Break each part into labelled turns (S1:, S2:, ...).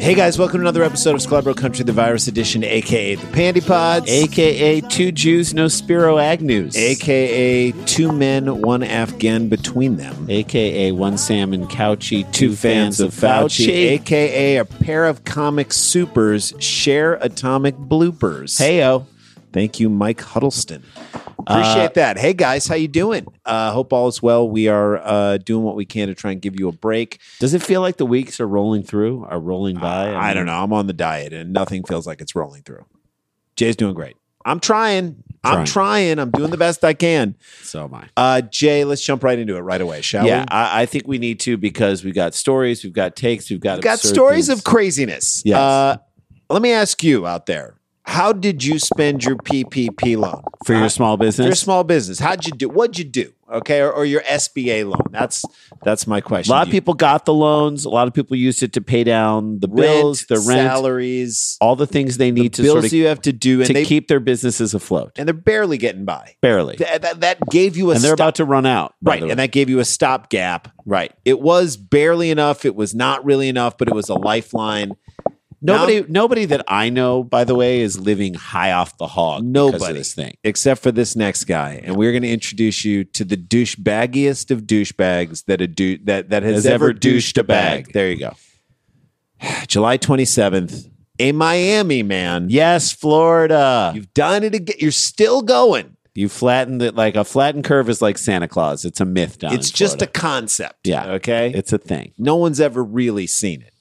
S1: Hey guys, welcome to another episode of Scalabro Country, the virus edition, aka the Pandy Pods,
S2: AKA Two Jews, No Spiro Agnews.
S1: aka two men, one Afghan between them,
S2: AKA One Sam and Couchy,
S1: two fans of Fauci, aka a pair of comic supers share atomic bloopers.
S2: Heyo.
S1: Thank you, Mike Huddleston. Appreciate
S2: Uh,
S1: that. Hey guys, how you doing? Uh, hope all is well. We are uh, doing what we can to try and give you a break.
S2: Does it feel like the weeks are rolling through, are rolling by?
S1: Uh, I, don't know. I'm on the diet and nothing feels like it's rolling through. Jay's doing great. I'm trying. I'm
S2: Trying.
S1: trying. I'm doing the best I can.
S2: So am I.
S1: Uh, Jay, let's jump right into it right away, shall
S2: yeah,
S1: we?
S2: I, I think we need to because we've got stories, we've got takes, we've got
S1: We've got
S2: absurd
S1: stories
S2: things.
S1: of craziness.
S2: Yes.
S1: Uh, let me ask you out there. How did you spend your PPP loan
S2: for your
S1: Uh,
S2: small
S1: for your
S2: business.
S1: small business? How'd you do? What'd you do? Okay, or, or your SBA loan? That's that's my
S2: a
S1: question. to
S2: lot of
S1: you.
S2: people got the loans. A lot of people used it to pay down the
S1: Rent,
S2: bills, the rent,
S1: salaries,
S2: all the things they need
S1: the
S2: to
S1: bills
S2: sort of
S1: you have to do, and
S2: to
S1: they
S2: keep their businesses afloat.
S1: and they're barely getting by.
S2: Barely,
S1: That, that, that gave you a
S2: and they're
S1: stop-
S2: about to run out. by
S1: right
S2: the way.
S1: and that gave you a stopgap
S2: right.
S1: it was barely enough it was not really enough but it was a lifeline
S2: Nobody, nobody that I know, by the way, is living high off the hog. because
S1: Nobody.
S2: of this thing.
S1: except for this next guy and we're going to introduce you to the douchebaggiest of douchebags that a dou- that that has, ever, douched a bag,
S2: There you go.
S1: july 27th a miami man
S2: Yes, Florida.
S1: you've done it again you're still going
S2: You flatten it like a flattened curve is like Santa Claus. It's a myth down.
S1: it's just a concept
S2: Yeah.
S1: okay
S2: it's a thing.
S1: no one's ever really seen it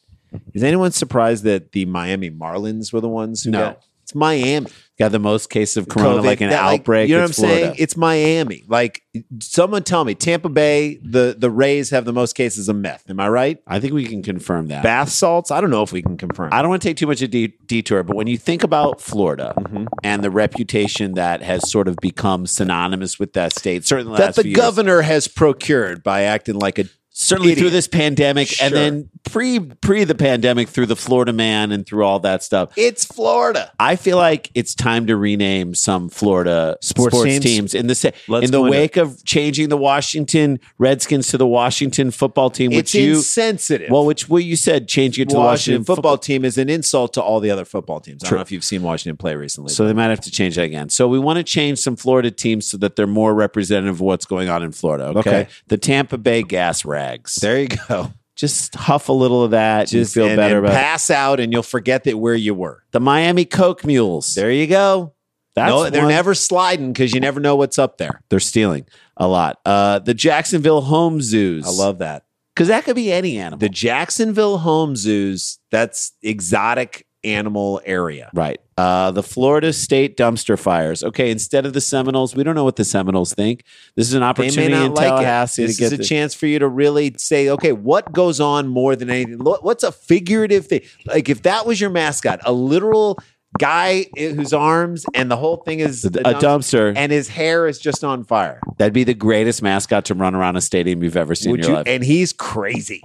S1: is anyone surprised that the miami marlins were the ones who
S2: No.
S1: got it's miami
S2: Got the most case of corona,
S1: COVID,
S2: like an
S1: that,
S2: outbreak.
S1: you know what I'm
S2: It's Florida.
S1: saying? It's Miami. Like someone tell me, Tampa Bay, the the Rays have the most cases of meth. Am I right?
S2: I think we can confirm that.
S1: Bath salts. I don't know if we can confirm.
S2: I don't want to take too much of a de- detour, but when you think about Florida
S1: Mhm.
S2: and the reputation that has sort of become synonymous with that state, certainly
S1: that
S2: last
S1: the
S2: few years,
S1: governor has procured by acting like a
S2: certainly
S1: idiot.
S2: through this pandemic, and
S1: Sure.
S2: then pre pre the pandemic through the Florida man and through all that stuff.
S1: it's Florida.
S2: I feel like it's time to rename some Florida
S1: Sports
S2: sports,
S1: teams?
S2: teams? in the sa-
S1: Let's
S2: in the
S1: go into
S2: wake of changing the Washington Redskins to the Washington football team,
S1: It's
S2: which you
S1: insensitive.
S2: well, which well, you said changing it to
S1: the
S2: the
S1: Washington,
S2: Washington
S1: football, team is an insult to all the other football teams. I don't
S2: True.
S1: know if you've seen Washington play recently.
S2: So they might have to change that again. So we want to change some Florida teams so that they're more representative of what's going on in Florida. Okay,
S1: Okay.
S2: the Tampa Bay Gas Rags.
S1: there you go.
S2: Just huff a little of that. Just
S1: Just
S2: feel
S1: and-
S2: better
S1: and
S2: about it.
S1: pass out, and you'll forget that where you were.
S2: the Miami Coke Mules.
S1: There you go.
S2: That's
S1: no, they're
S2: one.
S1: never sliding because you never know what's up there.
S2: They're stealing a lot. Uh, the Jacksonville Home Zoos.
S1: I love that.
S2: because that could be any animal.
S1: The Jacksonville home zoos, that's exotic animal area.
S2: Right. Uh, the Florida State dumpster fires. Okay, instead of the Seminoles, we don't know what the Seminoles think. This is an
S1: They
S2: opportunity
S1: may not
S2: in
S1: like it.
S2: Tallahassee
S1: This
S2: to get
S1: is a
S2: the-
S1: chance for you to really say, okay, what goes on more than anything? Lo- What's a figurative thing? Like if that was your mascot, a literal guy i- whose arms and the whole thing is
S2: A
S1: the dump-
S2: dumpster.
S1: and his hair is just on fire.
S2: That'd be the greatest mascot to run around a stadium you've ever seen in
S1: Would
S2: your
S1: you?
S2: life.
S1: And he's crazy.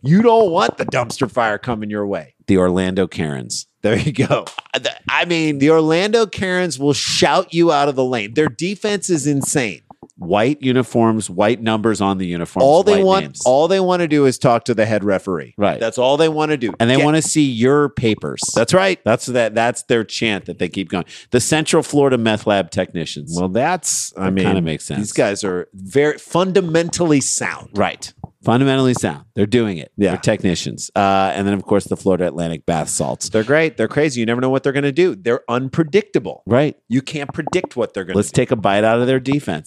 S1: You don't want the dumpster fire coming your way.
S2: the Orlando Karens.
S1: There you go. I mean, the Orlando Karens will shout you out of the lane. Their defense is insane.
S2: White uniforms, white numbers on the uniforms.
S1: all they
S2: white
S1: want,
S2: names.
S1: all they want to do is talk to the head referee.
S2: Right.
S1: That's all they want to do.
S2: and they
S1: Get-
S2: want to see your papers.
S1: That's right.
S2: That's that. That's their chant that they keep going. The Central Florida meth lab technicians.
S1: Well, that's. I
S2: That
S1: mean,
S2: kinda makes sense.
S1: These guys are very fundamentally sound.
S2: right. Fundamentally sound. They're doing it.
S1: Yeah.
S2: They're technicians. Uh, and then of course the Florida Atlantic bath salts.
S1: They're great. They're crazy. You never know what they're going to do. They're unpredictable.
S2: Right.
S1: You can't predict what they're going
S2: Let's
S1: to
S2: take a bite out of their defense.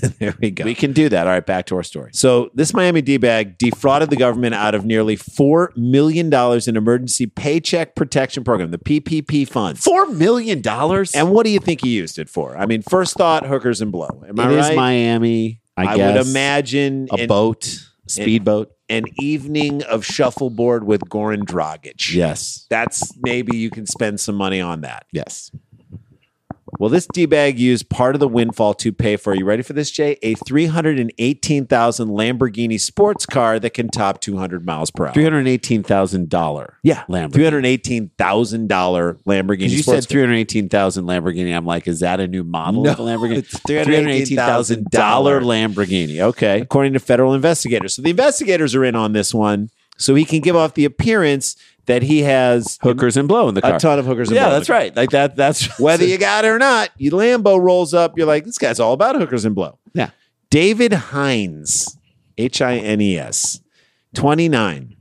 S1: do. there we go.
S2: we can do that. All right. Back to our story.
S1: So this Miami D-bag defrauded the government out of nearly four million dollars in emergency paycheck protection program, the PPP funds.
S2: Four million dollars.
S1: And what do you think he used it for? I mean, first thought, hookers and blow. Am I
S2: It is
S1: right?
S2: Miami. I,
S1: I
S2: guess.
S1: would imagine
S2: a
S1: an,
S2: boat, speedboat.
S1: an evening of shuffleboard with Goran Dragic.
S2: yes.
S1: That's maybe you can spend some money on that.
S2: Yes.
S1: Well, this D-bag used part of the windfall to pay for, you ready for this, Jay? A 318,000 Lamborghini sports car that can top 200 miles per hour.
S2: Three hundred eighteen thousand dollar.
S1: Yeah,
S2: Lamborghini.
S1: three hundred eighteen thousand dollar Lamborghini.
S2: Because you
S1: sports
S2: said three hundred eighteen thousand Lamborghini. I'm like, is that a new model
S1: No,
S2: of a Lamborghini?
S1: it's
S2: Three hundred eighteen thousand dollar
S1: $318,000
S2: Lamborghini. Okay,
S1: according to federal investigators. So the investigators are in on this one, so he can give off the appearance that he has
S2: hookers and blow in the car.
S1: a ton of hookers.
S2: yeah,
S1: blow.
S2: that's right. Like that. That's
S1: Whether you got it or not, you Lambo rolls up. You're like, this guy's all about hookers and blow.
S2: Yeah.
S1: David Hines, H I N E S, 29,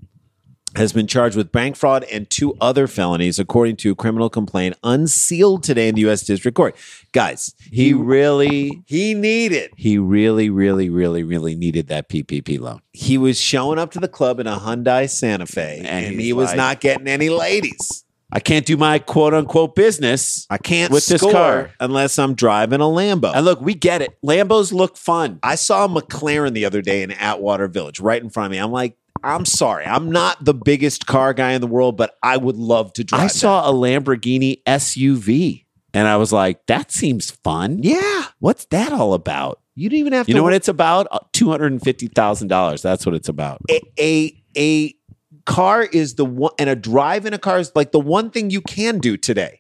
S1: has been charged with bank fraud and two other felonies, according to a criminal complaint unsealed today in the U.S. District Court. Guys,
S2: he really,
S1: he needed.
S2: he really, really, really, really needed that PPP loan.
S1: He was showing up to the club in a Hyundai Santa Fe, and,
S2: he's
S1: he was
S2: like-
S1: not getting any ladies.
S2: I can't do my quote unquote business.
S1: I can't
S2: With
S1: with
S2: this
S1: this
S2: car.
S1: unless I'm driving a Lambo.
S2: And look, we get it. Lambos look fun.
S1: I saw a McLaren the other day in Atwater Village, right in front of me. I'm like, I'm sorry, I'm not the biggest car guy in the world, but I would love to drive.
S2: I
S1: that.
S2: saw a Lamborghini SUV, and I was like, that seems fun.
S1: Yeah,
S2: What's that all about?
S1: you didn't even have
S2: You
S1: to.
S2: know what it's about? Uh, Two hundred and fifty thousand dollars. That's what it's about.
S1: A, a a car is the one, and a drive in a car is like the one thing you can do today.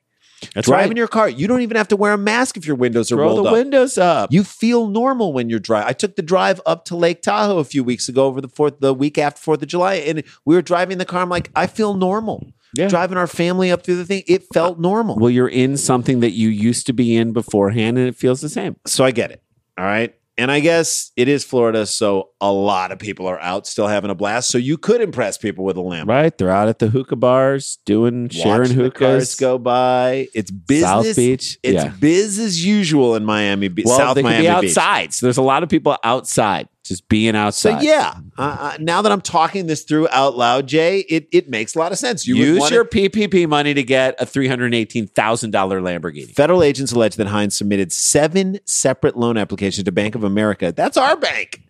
S2: That's
S1: drive in your car, you don't even have to wear a mask if your windows are
S2: Throw
S1: rolled
S2: the
S1: up.
S2: windows up.
S1: you feel normal when you're driving. I took the drive up to Lake Tahoe a few weeks ago over the fourth, the week after Fourth of July, and we were driving the car. I'm like, I feel normal.
S2: Yeah.
S1: Driving our family up through the thing, it felt normal.
S2: well, you're in something that you used to be in beforehand, and it feels the same.
S1: so I get it. All right. And I guess it is Florida, so a lot of people are out still having a blast. So you could impress people with a lamp.
S2: Right? They're out at the hookah bars doing
S1: Watch
S2: sharing
S1: the
S2: hookahs.
S1: cars go by. It's business.
S2: South Beach.
S1: It's
S2: yeah.
S1: biz as usual in Miami Beach.
S2: Well,
S1: South
S2: they could
S1: Miami
S2: be
S1: Beach.
S2: outside. So there's a lot of people outside, just being
S1: So
S2: outside.
S1: yeah, uh, uh, now that I'm talking this through out loud, Jay, it, it makes a lot of sense. You would
S2: Use
S1: wanna-
S2: your PPP money to get a three hundred eighteen thousand dollar Lamborghini.
S1: Federal agents allege that Hines submitted seven separate loan applications to Bank of America. That's our bank.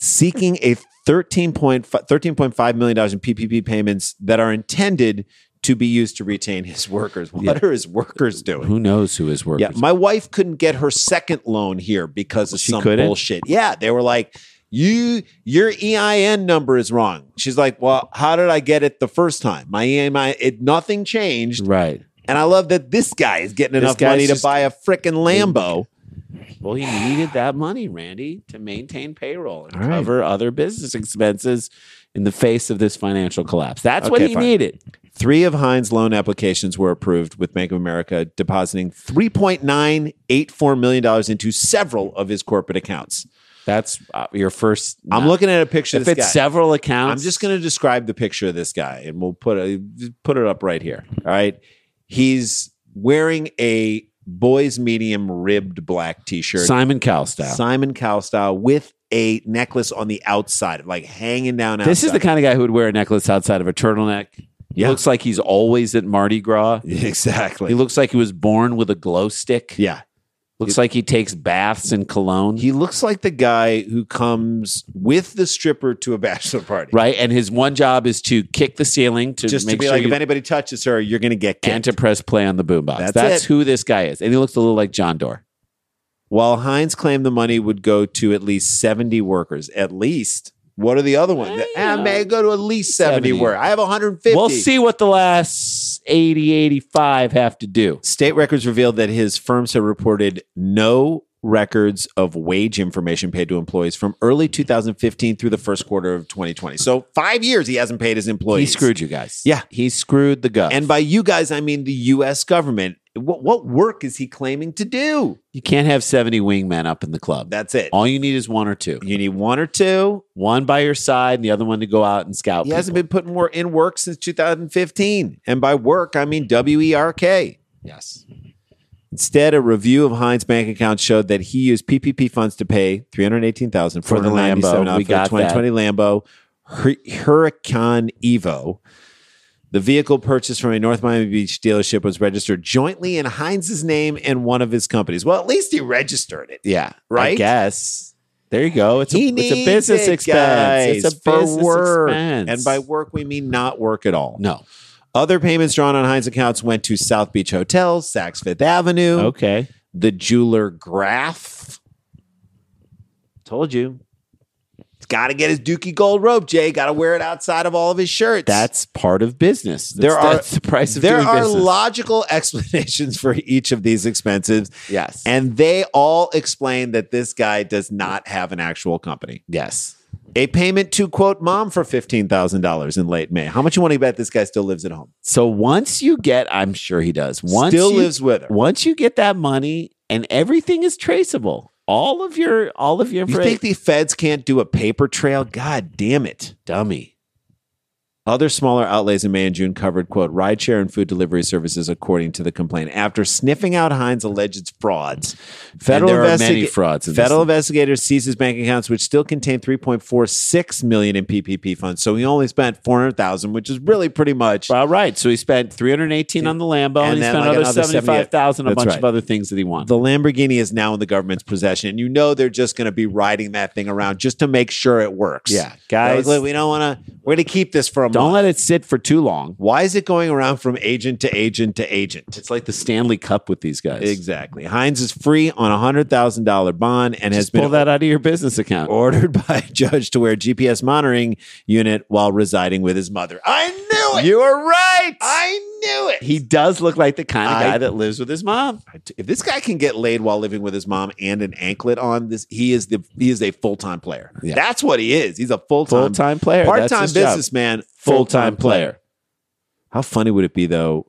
S1: Seeking a 13.5 $13.5 million in PPP payments that are intended to be used to retain his workers. What
S2: Yeah.
S1: are his workers doing?
S2: Who knows who is working?
S1: Yeah, my wife couldn't get her second loan here because of
S2: She
S1: some
S2: couldn't?
S1: bullshit. Yeah, they were like, "You, your EIN number is wrong." She's like, "Well, how did I get it the first time? My EIN, it nothing changed."
S2: right.
S1: And I love that this guy is getting
S2: This
S1: enough
S2: guy's
S1: money to
S2: just-
S1: buy a frickin' Lambo.
S2: Well, he needed that money, Randy, to maintain payroll and
S1: All right.
S2: cover other business expenses in the face of this financial collapse. That's what
S1: Okay,
S2: he
S1: fine.
S2: needed.
S1: Three of Hines' loan applications were approved, with Bank of America depositing $3.984 million into several of his corporate accounts.
S2: That's uh, your first.
S1: I'm looking at a picture of
S2: If
S1: this
S2: it's
S1: guy.
S2: several accounts,
S1: I'm just going to describe the picture of this guy, and we'll put a, put it up right here. All right, he's wearing a boys' medium ribbed black T-shirt,
S2: Simon Cowell style.
S1: Simon Cowell style, with a necklace on the outside, like hanging down.
S2: This is the
S1: outside.
S2: kind of guy who would wear a necklace outside of a turtleneck.
S1: Yeah.
S2: Looks like he's always at Mardi Gras.
S1: exactly.
S2: He looks like he was born with a glow stick.
S1: Yeah.
S2: Looks like he takes baths in cologne,
S1: He looks like the guy who comes with the stripper to a bachelor party.
S2: right? And his one job is to kick the ceiling to
S1: Just
S2: make
S1: to be
S2: sure
S1: like,
S2: you,
S1: if anybody touches her, you're going to get kicked.
S2: and to press play on the boombox.
S1: That's
S2: That's,
S1: it.
S2: who this guy is, and he looks a little like John Doerr.
S1: While Heinz claimed the money would go to at least 70 workers, at least. What are the other ones?
S2: Hey,
S1: Ah,
S2: you know,
S1: man, go to at least 70,
S2: 70.
S1: workers. I have 150.
S2: We'll see what the last 80, 85 have to do.
S1: State records revealed that his firms had reported no records of wage information paid to employees from early 2015 through the first quarter of 2020. So five years he hasn't paid his employees.
S2: He screwed you guys.
S1: Yeah.
S2: he screwed the gov.
S1: And by you guys, I mean the U.S. government. What, what work is he claiming to do?
S2: you can't have seventy wingmen up in the club.
S1: That's it.
S2: All you need is one or two.
S1: You need one or two.
S2: One by your side, and the other one to go out and scout.
S1: He hasn't
S2: people.
S1: been putting more in work since 2015. And by work, I mean W E R K.
S2: Yes.
S1: Instead, a review of Heinz bank account showed that he used PPP funds to pay 318000 for
S2: For
S1: the
S2: the
S1: Lambo,
S2: Lambo.
S1: not
S2: We
S1: for
S2: got
S1: the 2020 Lambo Hur- Huracan Evo. The vehicle purchased from a North Miami Beach dealership was registered jointly in Heinz's name and one of his companies. Well, at least he registered it.
S2: Yeah. I
S1: Right?
S2: guess. There you go. It's a,
S1: He
S2: it's a
S1: needs
S2: business
S1: it,
S2: expense.
S1: guys,
S2: It's a
S1: for
S2: business
S1: work.
S2: expense.
S1: And by work, we mean not work at all.
S2: no.
S1: Other payments drawn on Heinz accounts went to South Beach Hotels, Saks Fifth Avenue,
S2: Okay.
S1: the jeweler Graf. Told you. He's got to get his dookie gold rope, Jay. Got to wear it outside of all of his shirts.
S2: That's part of business. That's,
S1: There are-
S2: that's the price of
S1: there
S2: doing
S1: are
S2: business.
S1: logical explanations for each of these expenses,
S2: Yes.
S1: and they all explain that this guy does not have an actual company.
S2: yes.
S1: A payment to quote mom for fifteen thousand dollars in late May. How much you want to bet this guy still lives at home?
S2: So once you get, I'm sure he does. Once
S1: still
S2: you,
S1: lives with her.
S2: Once you get that money, and everything is traceable. All of your, all of your
S1: You
S2: information.
S1: think the feds can't do a paper trail? God damn it.
S2: dummy.
S1: Other smaller outlays in May and June covered, quote, rideshare and food delivery services, according to the complaint. After sniffing out Hines' alleged frauds, federal,
S2: Federal and there are
S1: investiga-
S2: many frauds. In
S1: federal
S2: This.
S1: investigators seized his bank accounts, which still contained 3.46 million in PPP funds. So he only spent 400,000, which is really pretty much.
S2: All right. So he spent 318 on the
S1: And
S2: Lambo, and, he
S1: then
S2: spent
S1: like
S2: another
S1: another 70
S2: 75,000 on a
S1: That's
S2: bunch
S1: right.
S2: of other things that he wanted.
S1: The Lamborghini is now in the government's possession, and you know they're just going to be riding that thing around just to make sure it works.
S2: yeah,
S1: They're like,
S2: guys,
S1: "Look, we don't want to. We're going to keep this for a
S2: don't
S1: month.
S2: let it sit for too long.
S1: Why is it going around from agent to agent to agent?
S2: It's like the Stanley Cup with these guys.
S1: Exactly. Heinz is free on a hundred thousand dollar bond and has
S2: Just pull
S1: been
S2: that out of your business account.
S1: ordered by a judge to wear a GPS monitoring unit while residing with his mother. I knew it.
S2: You are right.
S1: I knew it.
S2: he does look like the kind of
S1: I-
S2: guy that lives with his mom.
S1: if this guy can get laid while living with his mom and an anklet on, this he is the he is a full time player.
S2: Yeah.
S1: That's what he is. He's a full
S2: Full
S1: time,
S2: time player.
S1: part
S2: That's
S1: time
S2: his job.
S1: businessman, full time
S2: Um, Full-time
S1: player. How funny would it be though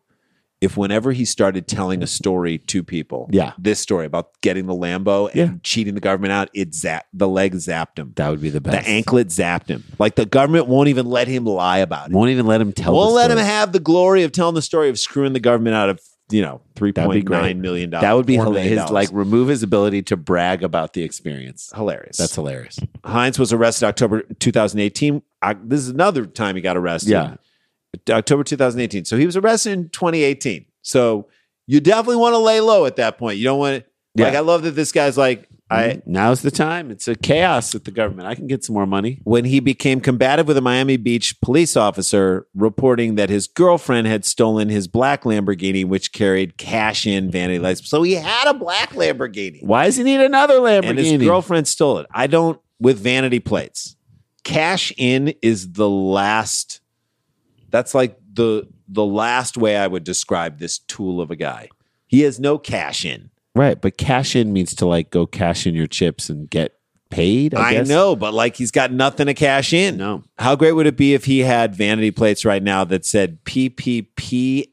S1: if whenever he started telling a story to people,
S2: Yeah.
S1: this story about getting the Lambo and
S2: Yeah.
S1: cheating the government out, it zapped the leg zapped him.
S2: That would be the
S1: The
S2: best.
S1: anklet zapped him. Like the government won't even let him lie about it.
S2: Won't even let him tell.
S1: won't
S2: the
S1: let him
S2: story.
S1: have the glory of telling the story of screwing the government out of, you know, three
S2: That'd be
S1: point
S2: great.
S1: nine million dollars.
S2: That would be
S1: $4
S2: hilarious.
S1: million
S2: His, like remove his ability to brag about the experience.
S1: hilarious.
S2: That's hilarious.
S1: Heinz was arrested October 2018. I, this is another time he got arrested.
S2: Yeah.
S1: October 2018. So he was arrested in 2018. So you definitely want to lay low at that point. You don't want to, like,
S2: Yeah.
S1: I love that this guy's like, I,
S2: now's the time. It's a chaos with the government. I can get some more money.
S1: when he became combative with a Miami Beach police officer, reporting that his girlfriend had stolen his black Lamborghini, which carried cash in vanity lights. So he had a black Lamborghini,
S2: Why does he need another Lamborghini?
S1: and his girlfriend stole it. I don't, with vanity plates, cash in is the last, that's like the, the last way I would describe this tool of a guy. He has no cash in.
S2: Right, but cash in means to like go cash in your chips and get paid. I,
S1: I,
S2: guess.
S1: know, but like he's got nothing to cash in.
S2: No.
S1: How great would it be if he had vanity plates right now that said PPPNISNV?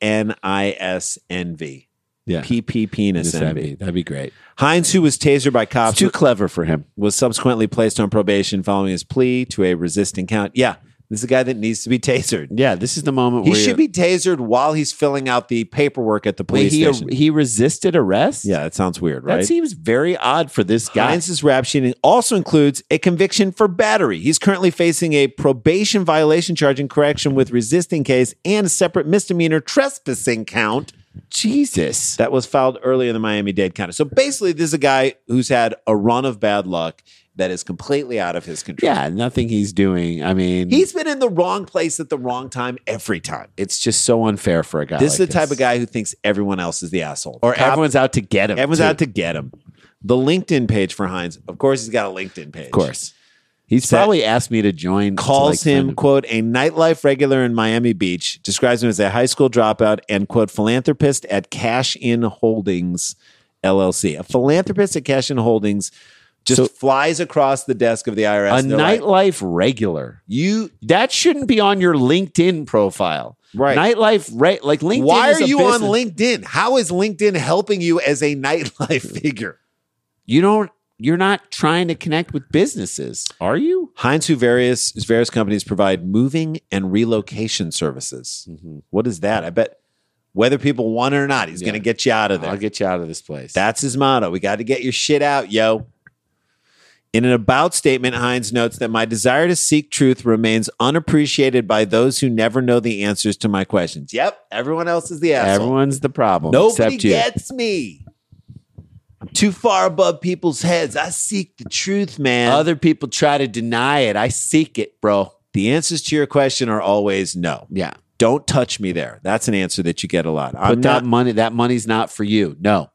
S2: Yeah.
S1: PP penis
S2: That'd
S1: envy.
S2: be, that'd be great.
S1: Heinz, who was tasered by cops,
S2: It's too clever for him.
S1: was subsequently placed on probation following his plea to a resisting count. Yeah, this is a guy that needs to be tasered.
S2: Yeah, this is the moment
S1: He
S2: where
S1: should be tasered while he's filling out the paperwork at the
S2: Wait,
S1: police
S2: he
S1: station.
S2: he resisted arrest.
S1: yeah, that sounds weird,
S2: that
S1: right?
S2: seems very odd for this guy.
S1: Heinz's rap sheet also includes a conviction for battery. He's currently facing a probation violation charge in correction with resisting case and a separate misdemeanor trespassing count
S2: Jesus.
S1: That was filed early in the Miami Dade County. So basically, this is a guy who's had a run of bad luck that is completely out of his control.
S2: Yeah, nothing he's doing. I mean,
S1: He's been in the wrong place at the wrong time every time.
S2: it's just so unfair for a guy.
S1: this is
S2: like
S1: the type of guy who thinks everyone else is the asshole.
S2: or
S1: Cop-
S2: everyone's out to get him.
S1: everyone's
S2: too.
S1: out to get him. The LinkedIn page for Heinz, of course, he's got a LinkedIn page.
S2: Of course, he's
S1: Said-
S2: probably asked me to join. to,
S1: calls
S2: like,
S1: him
S2: find
S1: quote a nightlife regular in Miami Beach, describes him as a high school dropout and quote philanthropist at Cash In Holdings LLC. A philanthropist at Cash In Holdings just
S2: So-
S1: flies across the desk of the
S2: a
S1: IRS. They're like,
S2: nightlife regular.
S1: you
S2: That shouldn't be on your LinkedIn profile.
S1: right.
S2: Nightlife, right? Like LinkedIn.
S1: Why
S2: is
S1: are
S2: a
S1: you
S2: business.
S1: on LinkedIn? How is LinkedIn helping you as a nightlife figure?
S2: You don't. You're not trying to connect with businesses, are you?
S1: Heinz, who various whose various companies provide moving and relocation services.
S2: Mm-hmm.
S1: What is that? I bet whether people want it or not, he's
S2: Yeah.
S1: going to get you out of there.
S2: I'll get you out of this place.
S1: That's his motto. We got to get your shit out, yo. In an about statement, Hines notes that my desire to seek truth remains unappreciated by those who never know the answers to my questions. Yep, everyone else is the asshole.
S2: Everyone's the problem
S1: Nobody
S2: except you.
S1: gets me. I'm too far above people's heads. I seek the truth, man.
S2: Other people try to deny it. I seek it, bro.
S1: the answers to your question are always no.
S2: Yeah.
S1: Don't touch me there. That's an answer that you get a lot.
S2: Put
S1: I'm
S2: that
S1: not,
S2: money. That money's not for you. No.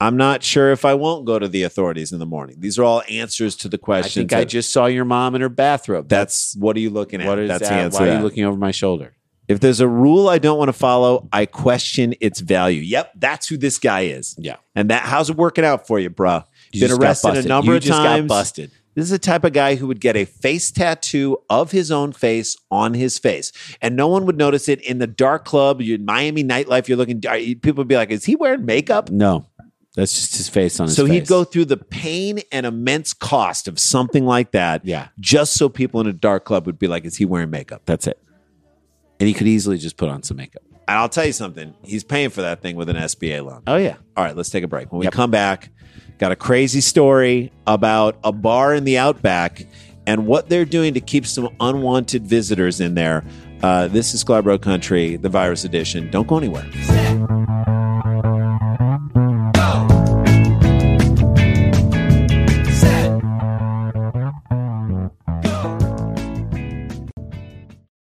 S1: I'm not sure if I won't go to the authorities in the morning. These are all answers to the
S2: I
S1: questions.
S2: think I
S1: that-
S2: just saw your mom in her bathrobe.
S1: That's what are you looking at?
S2: what is
S1: That's
S2: that?
S1: the answer.
S2: Why
S1: to
S2: are
S1: that.
S2: you looking over my shoulder?
S1: if there's a rule I don't want to follow, I question its value. Yep, that's who this guy is.
S2: Yeah.
S1: And that how's it working out for you, bruh?
S2: You
S1: Been
S2: just got
S1: arrested a
S2: busted.
S1: number
S2: You
S1: of
S2: just got
S1: times.
S2: busted.
S1: This is the type of guy who would get a face tattoo of his own face on his face, and no one would notice it in the dark club, your Miami nightlife. You're looking, are you- people would be like, "Is he wearing makeup?"
S2: No. That's just his face on his
S1: So he'd
S2: face.
S1: go through the pain and immense cost of something like that,
S2: Yeah.
S1: just so people in a dark club would be like, "Is he wearing makeup?"
S2: That's it. And he could easily just put on some makeup.
S1: And I'll tell you something, he's paying for that thing with an SBA loan.
S2: Oh yeah.
S1: All right, let's take a break. When we come back, got a crazy story about a bar in the outback and what they're doing to keep some unwanted visitors in there. Uh, this is Scarborough Country, the virus edition. Don't go anywhere.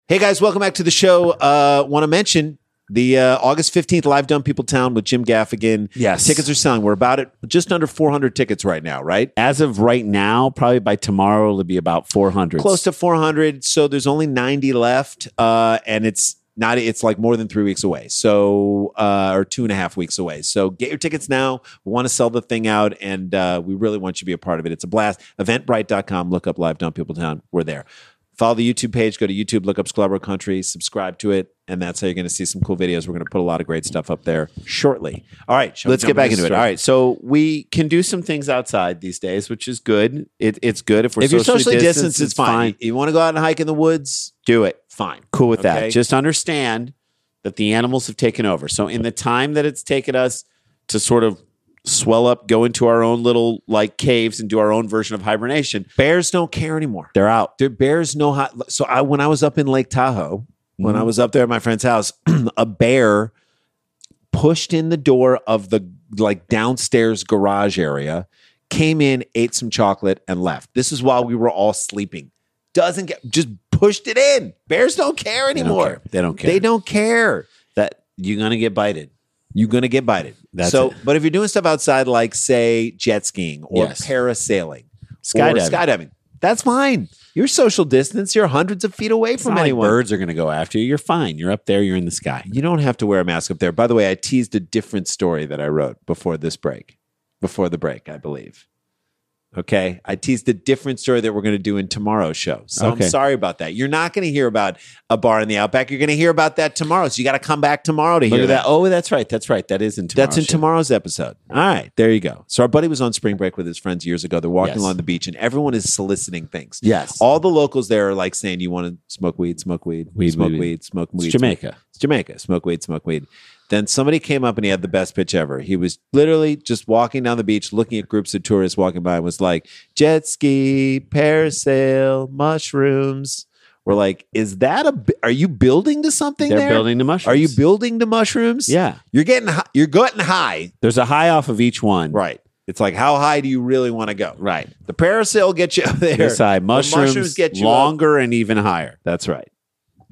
S1: Hey guys, welcome back to the show. Uh, Want to mention the uh, August 15th live Dumb People Town with Jim Gaffigan.
S2: Yes.
S1: Tickets are selling. We're about at just under 400 tickets right now, right?
S2: As of right now, probably by tomorrow it'll be about four hundred.
S1: Close to 400. So there's only 90 left. Uh, and it's not, it's like more than three weeks away. So, uh, or two and a half weeks away. So get your tickets now. We want to sell the thing out and uh, we really want you to be a part of it. It's a blast. Eventbrite.com. Look up Live Dumb People Town. We're there. Follow the YouTube page. Go to YouTube, look up Scarborough Country, subscribe to it, and that's how you're going to see some cool videos. We're going to put a lot of great stuff up there shortly. All right, shall we
S2: Let's
S1: jump
S2: get back
S1: this
S2: into it.
S1: story?
S2: All right, so we can do some things outside these days, which is good. It, it's good if we're
S1: if you're
S2: socially,
S1: socially distanced,
S2: distanced,
S1: it's fine. You want to go out and hike in the woods?
S2: Do it.
S1: Fine.
S2: Cool with
S1: Okay.
S2: that. Just understand that the animals have taken over. So in the time that it's taken us to sort of swell up, go into our own little like caves and do our own version of hibernation,
S1: Bears don't care anymore.
S2: they're out.
S1: Their bears know how. So I, when I was up in Lake Tahoe, when
S2: Mhm.
S1: I was up there at my friend's house, a bear pushed in the door of the like downstairs garage area, came in, ate some chocolate, and left. This is while we were all sleeping. Doesn't get just pushed it in. Bears don't care
S2: They don't care.
S1: anymore.
S2: They don't care.
S1: They don't care.
S2: that you're gonna get bited.
S1: You're gonna get bited.
S2: That's
S1: so,
S2: it.
S1: but if you're doing stuff outside, like say jet skiing or
S2: Yes.
S1: parasailing,
S2: Skydiving.
S1: or skydiving. That's fine. You're social distance. You're hundreds of feet away
S2: It's
S1: from
S2: not like
S1: anyone.
S2: birds are gonna go after you. You're fine. You're up there. You're in the sky.
S1: you don't have to wear a mask up there. By the way, I teased a different story that I wrote before this break, before the break, I believe. Okay. I teased a different story that we're going to do in tomorrow's show. So
S2: Okay.
S1: I'm sorry about that. You're not going to hear about a bar in the outback. You're going to hear about that tomorrow. So you got to come back tomorrow to
S2: Look
S1: hear
S2: at that. Oh, that's right. That's right. That is in tomorrow.
S1: That's in tomorrow's episode. All right, there you go. So our buddy was on spring break with his friends years ago. They're walking
S2: Yes.
S1: along the beach, and everyone is soliciting things.
S2: Yes.
S1: all the locals there are like saying, "You want to smoke weed? Smoke weed?
S2: Weed,
S1: smoke
S2: weed,
S1: weed?
S2: weed.
S1: Smoke
S2: It's
S1: weed?
S2: Jamaica.
S1: It's Jamaica. Smoke weed? Smoke weed?" Then somebody came up and he had the best pitch ever. He was literally just walking down the beach, looking at groups of tourists walking by, and was like, "Jet ski, parasail, mushrooms." We're like, is that a? Are you building to something?
S2: They're
S1: there?
S2: building the mushrooms.
S1: Are you building to mushrooms?
S2: Yeah.
S1: You're getting hi- you're getting high.
S2: There's a high off of each one.
S1: Right. It's like how high do you really want to go?
S2: Right.
S1: The parasail gets you up there.
S2: This high. Mushrooms,
S1: get you
S2: longer and even higher.
S1: That's right.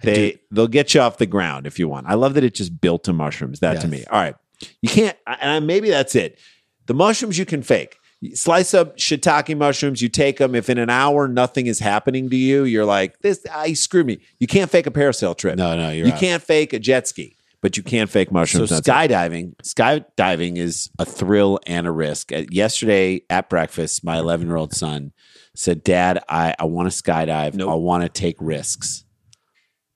S1: They they'll get you off the ground if you want. I love that it just built to mushrooms. That to
S3: Yes.
S1: me. All right. You can't I- and I- maybe that's it. The mushrooms you can fake. You Slice up shiitake mushrooms, you take them. If in an hour nothing is happening to you, you're like, this I screw me. You can't fake a parasail trip.
S2: No, no, you're
S1: you
S2: out.
S1: can't fake a jet ski, but you can fake mushrooms.
S2: So
S1: That's it.
S2: skydiving, skydiving is a thrill and a risk. At, yesterday at breakfast, my 11 year old son said, "Dad, I I want to skydive.
S1: Nope.
S2: I want to take risks."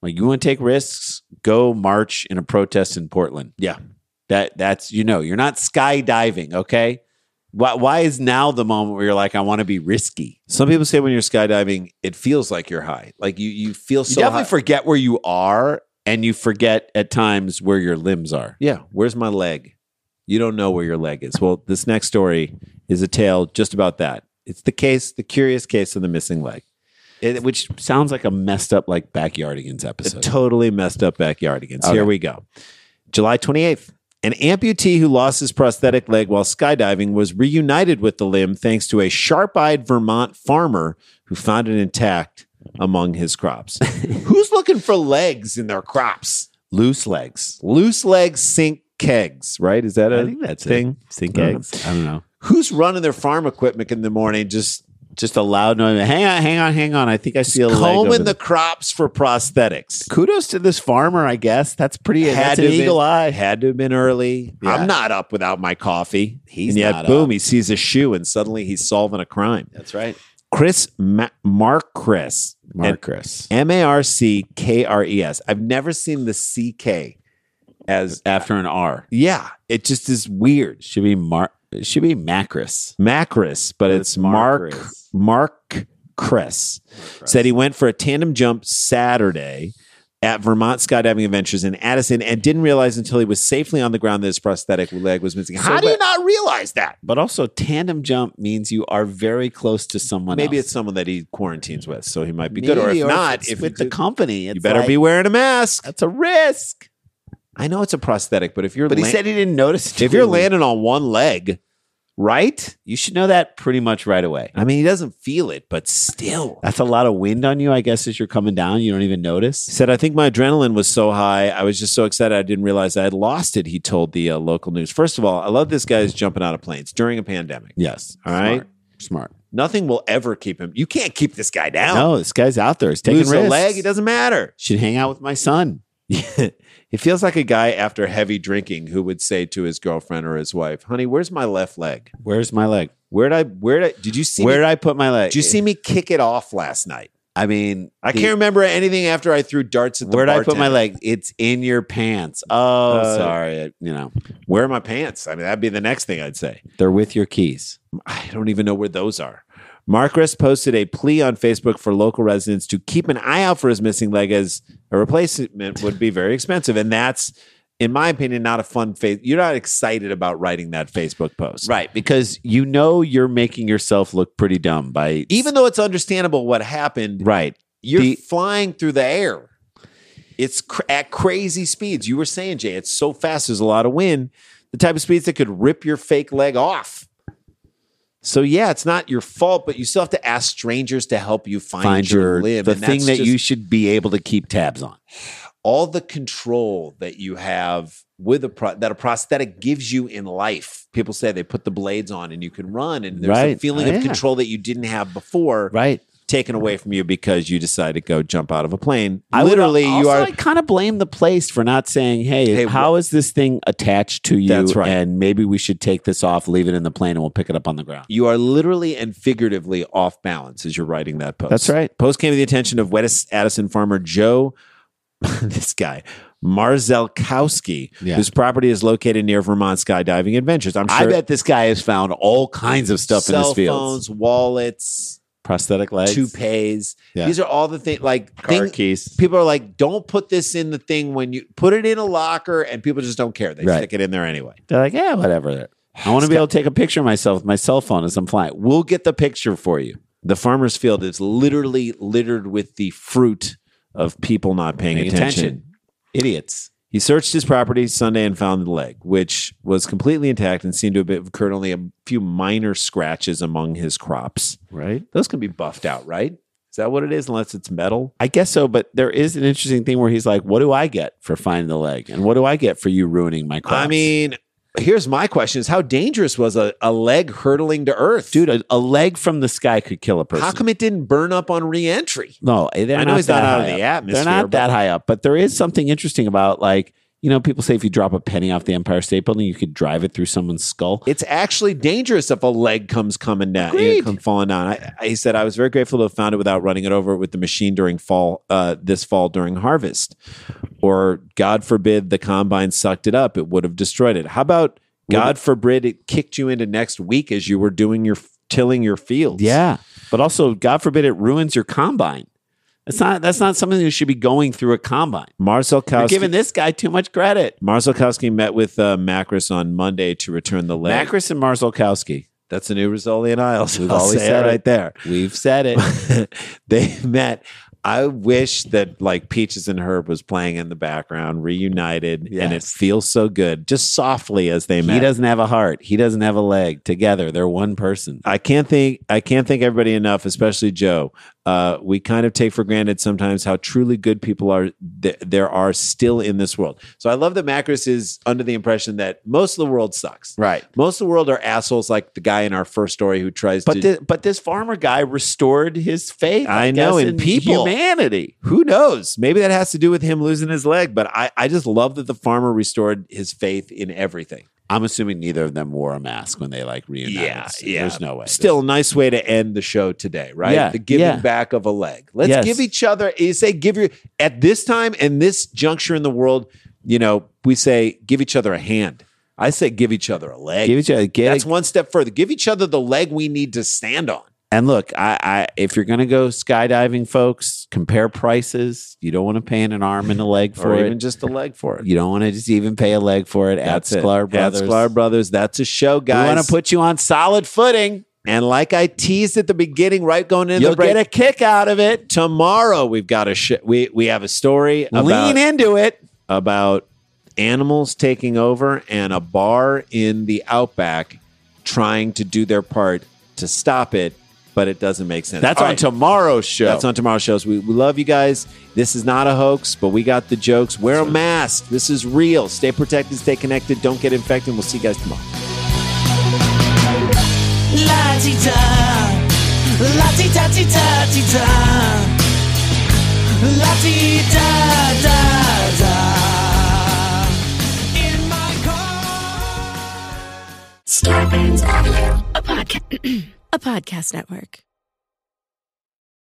S2: Like you want to take risks? Go march in a protest in Portland.
S1: Yeah.
S2: that that's you know you're not skydiving. Okay, why why is now the moment where you're like I want to be risky?
S1: Some people say when you're skydiving, it feels like you're high. Like you you feel so
S2: You definitely
S1: high.
S2: forget where you are, and you forget at times where your limbs are.
S1: yeah, where's my leg? You don't know where your leg is. Well, this next story is a tale just about that. It's the case, the curious case of the missing leg.
S2: It, which sounds like a messed up like backyardigans
S1: A
S2: episode.
S1: totally messed up backyardigans.
S2: Okay.
S1: Here we go. July 28th. An amputee who lost his prosthetic leg while skydiving was reunited with the limb thanks to a sharp eyed Vermont farmer who found it intact among his crops. Who's looking for legs in their crops?
S2: Loose legs.
S1: Loose legs sink kegs, right? Is that a
S2: I think that's it.
S1: thing? Sink
S2: I don't know.
S1: Who's running their farm equipment in the morning? Just
S2: Just a loud noise. Hang on, hang on, hang on. I think I see a leg. over
S1: combing the
S2: there.
S1: crops for prosthetics.
S2: kudos to this farmer. I guess that's pretty.
S1: Had
S2: that's
S1: to
S2: an
S1: have
S2: eagle
S1: been-
S2: eye.
S1: Had to have been early.
S2: Yeah.
S1: I'm not up without my coffee.
S2: He's
S1: and yet,
S2: not
S1: boom, he sees a shoe, and suddenly he's solving a crime.
S2: That's right,
S1: Chris Ma- Mark Chris
S2: Marcus.
S1: M A R C K R E S. I've never seen the C K as
S2: After an R,
S1: yeah. It just is weird.
S2: should be Mar. It should be Macris.
S1: Macris, but
S2: But
S1: it's,
S2: it's
S1: Mark
S2: Marcus.
S1: Mark Chris. Said he went for a tandem jump Saturday at Vermont Skydiving Adventures in Addison and didn't realize until he was safely on the ground that his prosthetic leg was missing. How
S2: So
S1: do you
S2: what-
S1: not realize that?
S2: But also, tandem jump means you are very close to someone.
S1: Maybe
S2: else.
S1: it's someone that he quarantines with, so he might be good. Or if
S2: Maybe,
S1: not,
S2: it's
S1: if
S2: with
S1: you,
S2: the company,
S1: you
S2: it's
S1: better
S2: like,
S1: be wearing a mask.
S2: That's a risk.
S1: I know it's a prosthetic, but if you're
S2: But he
S1: lan-
S2: said he didn't notice.
S1: if
S2: till
S1: you're
S2: we-
S1: landing on one leg, right?
S2: you should know that pretty much right away.
S1: I mean, he doesn't feel it, but still.
S2: That's a lot of wind on you, I guess, as you're coming down. You don't even
S1: He
S2: notice.
S1: said, I think my adrenaline was so high. I was just so excited. I didn't realize I had lost it. He told the uh, local news. First of all, I love this guy's jumping out of planes during a pandemic.
S2: Yes.
S1: All right.
S2: Smart.
S1: Nothing will ever keep him. You can't keep this guy down.
S2: No, this guy's out there. He's taking
S1: Lose a
S2: risks.
S1: leg, it doesn't matter.
S2: Should hang out with my son.
S1: it feels like a guy after heavy drinking who would say to his girlfriend or his wife, "Honey, where's my left leg?
S2: Where's my leg?
S1: Where'd I? Where'd I? Did you see?
S2: Where
S1: me,
S2: did I put my leg?
S1: did you see me kick it off last night?
S2: I mean,
S1: I
S2: the-
S1: can't remember anything after I threw darts at the.
S2: Where did I put my
S1: bartender.
S2: leg? It's in your pants. Oh,
S1: Uh,
S2: sorry. It- You know,
S1: Where are my pants? I mean, that'd be the next thing I'd say.
S2: they're with your keys.
S1: I don't even know where those are. Marcus posted a plea on Facebook for local residents to keep an eye out for his missing leg as a replacement would be very expensive. And that's, in my opinion, not a fun face. You're not excited about writing that Facebook post.
S2: Right. Because you know you're making yourself look pretty dumb by.
S1: Even though it's understandable what happened,
S2: right.
S1: you're
S2: The-
S1: flying through the air. It's cr- at crazy speeds. You were saying, Jay, it's so fast, there's a lot of wind, the type of speeds that could rip your fake leg off. So, yeah, it's not your fault, but you still have to ask strangers to help you find,
S2: Find
S1: your,
S2: your
S1: limb.
S2: the
S1: and
S2: thing
S1: that's
S2: that
S1: just
S2: you should be able to keep tabs on.
S1: all the control that you have with a pro- that a prosthetic gives you in life. People say they put the blades on and you can run, and there's a
S2: Right. Oh,
S1: feeling
S2: Yeah.
S1: of control that you didn't have before
S2: Right.
S1: taken away from you because you decide to go jump out of a plane.
S2: I would
S1: Literally,
S2: also,
S1: you are
S2: I kind of blame the place for not saying, "Hey,
S1: Hey,
S2: how is this thing attached to you?"
S1: That's right.
S2: And maybe we should take this off, leave it in the plane, and we'll pick it up on the ground.
S1: you are literally and figuratively off balance as you're writing that post.
S2: That's right.
S1: Post came to the attention of West Addison farmer Joe, this guy, Marzelkowski,
S2: Yeah.
S1: whose property is located near Vermont Skydiving Adventures. I'm sure
S2: I bet this guy has found all kinds of stuff
S1: cell
S2: in his field.
S1: phones, wallets,
S2: Prosthetic legs,
S1: toupees.
S2: Yeah.
S1: These are all the things like
S2: car
S1: thing-
S2: keys.
S1: people are like, don't put this in the thing when you put it in a locker, and people just don't care. They
S2: Right.
S1: stick it in there anyway.
S2: They're like, "Yeah, whatever." I want to be able to take a picture of myself with my cell phone as I'm flying. We'll get the picture for you.
S1: The farmer's field is literally littered with the fruit
S2: of people not paying,
S1: Paying
S2: attention.
S1: attention.
S2: Idiots. He searched his property Sunday and found the leg, which was completely intact and seemed to have occurred only a few minor scratches among his crops.
S1: Right?
S2: Those can be buffed out, right? Is that what it is? Unless it's metal, I guess so. But there is an interesting thing where he's like, "What do I get for finding the leg, and what do I get for you ruining my crops?"
S1: I mean, here's my question is how dangerous was a, a leg hurtling to earth?
S2: dude, a, a leg from the sky could kill a person.
S1: how come it didn't burn up on reentry?
S2: No, eh, they're
S1: I know
S2: not
S1: he's
S2: that
S1: not out of
S2: high
S1: the
S2: up.
S1: atmosphere.
S2: They're not
S1: but
S2: that high up, but there is something interesting about like you know people say if you drop a penny off the Empire State Building, you could drive it through someone's skull.
S1: It's actually dangerous if a leg comes coming down,
S2: Agreed.
S1: you know, come falling down. I, I, he said, I was very grateful to have found it without running it over with the machine during fall, uh, this fall during harvest. Or God forbid the combine sucked it up, it would have destroyed it. How about God forbid it kicked you into next week as you were doing your tilling your fields?
S2: Yeah, but also, God forbid, it ruins your combine. That's not that's not something you should be going through a combine.
S1: Marcel
S2: You're
S1: Kowski,
S2: giving this guy too much credit.
S1: Marzalkowski met with uh, Macris on Monday to return the leg.
S2: Macris and Marzolkowski.
S1: That's a new Rizzoli and Isles.
S2: We've
S1: I'll
S2: always
S1: say it
S2: said it.
S1: right there.
S2: We've said it.
S1: they met. I wish that like Peaches and Herb was playing in the background, reunited, and it
S2: Yes.
S1: feels so good, just softly as they
S2: he
S1: met.
S2: doesn't have a heart. He doesn't have a leg. Together, they're one person.
S1: I can't think. I can't thank everybody enough, especially Joe. Uh, we kind of take for granted sometimes how truly good people are. Th- there are still in this world. So I love that Macris is under the impression that most of the world sucks.
S2: Right.
S1: Most of the world are assholes, like the guy in our first story who tries
S2: But
S1: to.
S2: this, but this farmer guy restored his faith.
S1: I know,
S2: guess,
S1: in people.
S2: humanity.
S1: who knows? Maybe that has to do with him losing his leg, but I, I just love that the farmer restored his faith in everything.
S2: I'm assuming neither of them wore a mask when they like reunited.
S1: Yeah,
S2: So
S1: yeah.
S2: There's no way.
S1: Still, nice way to end the show today, right?
S2: Yeah,
S1: the giving
S2: yeah.
S1: back of a leg. Let's
S2: Yes.
S1: give each other, you say, give your, at this time and this juncture in the world, you know, we say, give each other a hand. I say, give each other a leg.
S2: give each other get
S1: That's one step further. Give each other the leg we need to stand on.
S2: And look, I, I if you're gonna go skydiving, folks, compare prices. You don't want to pay an arm and a leg for
S1: or
S2: it.
S1: even just a leg for it.
S2: you don't want to just even pay a leg for it.
S1: That's
S2: at
S1: it.
S2: Sklar Brothers.
S1: At Sklar Brothers. That's a show,
S2: we
S1: guys.
S2: want to put you on solid footing.
S1: And like I teased at the beginning, right going into
S2: You'll
S1: the break,
S2: get a kick out of it.
S1: tomorrow we've got a sh- we we have a story
S2: Lean
S1: about
S2: into it.
S1: about animals taking over and a bar in the outback trying to do their part to stop it, but it doesn't make sense.
S2: That's
S1: All
S2: on
S1: right.
S2: tomorrow's show.
S1: That's on tomorrow's shows. We, we love you guys. This is not a hoax, but we got the jokes. Wear a mask. This is real. Stay protected, stay connected. Don't get infected. We'll see you guys tomorrow.
S4: La ti da, la ti da ti da ti da, la ti da da da. In my car.
S5: Scarpins Audio.
S6: a podcast a podcast network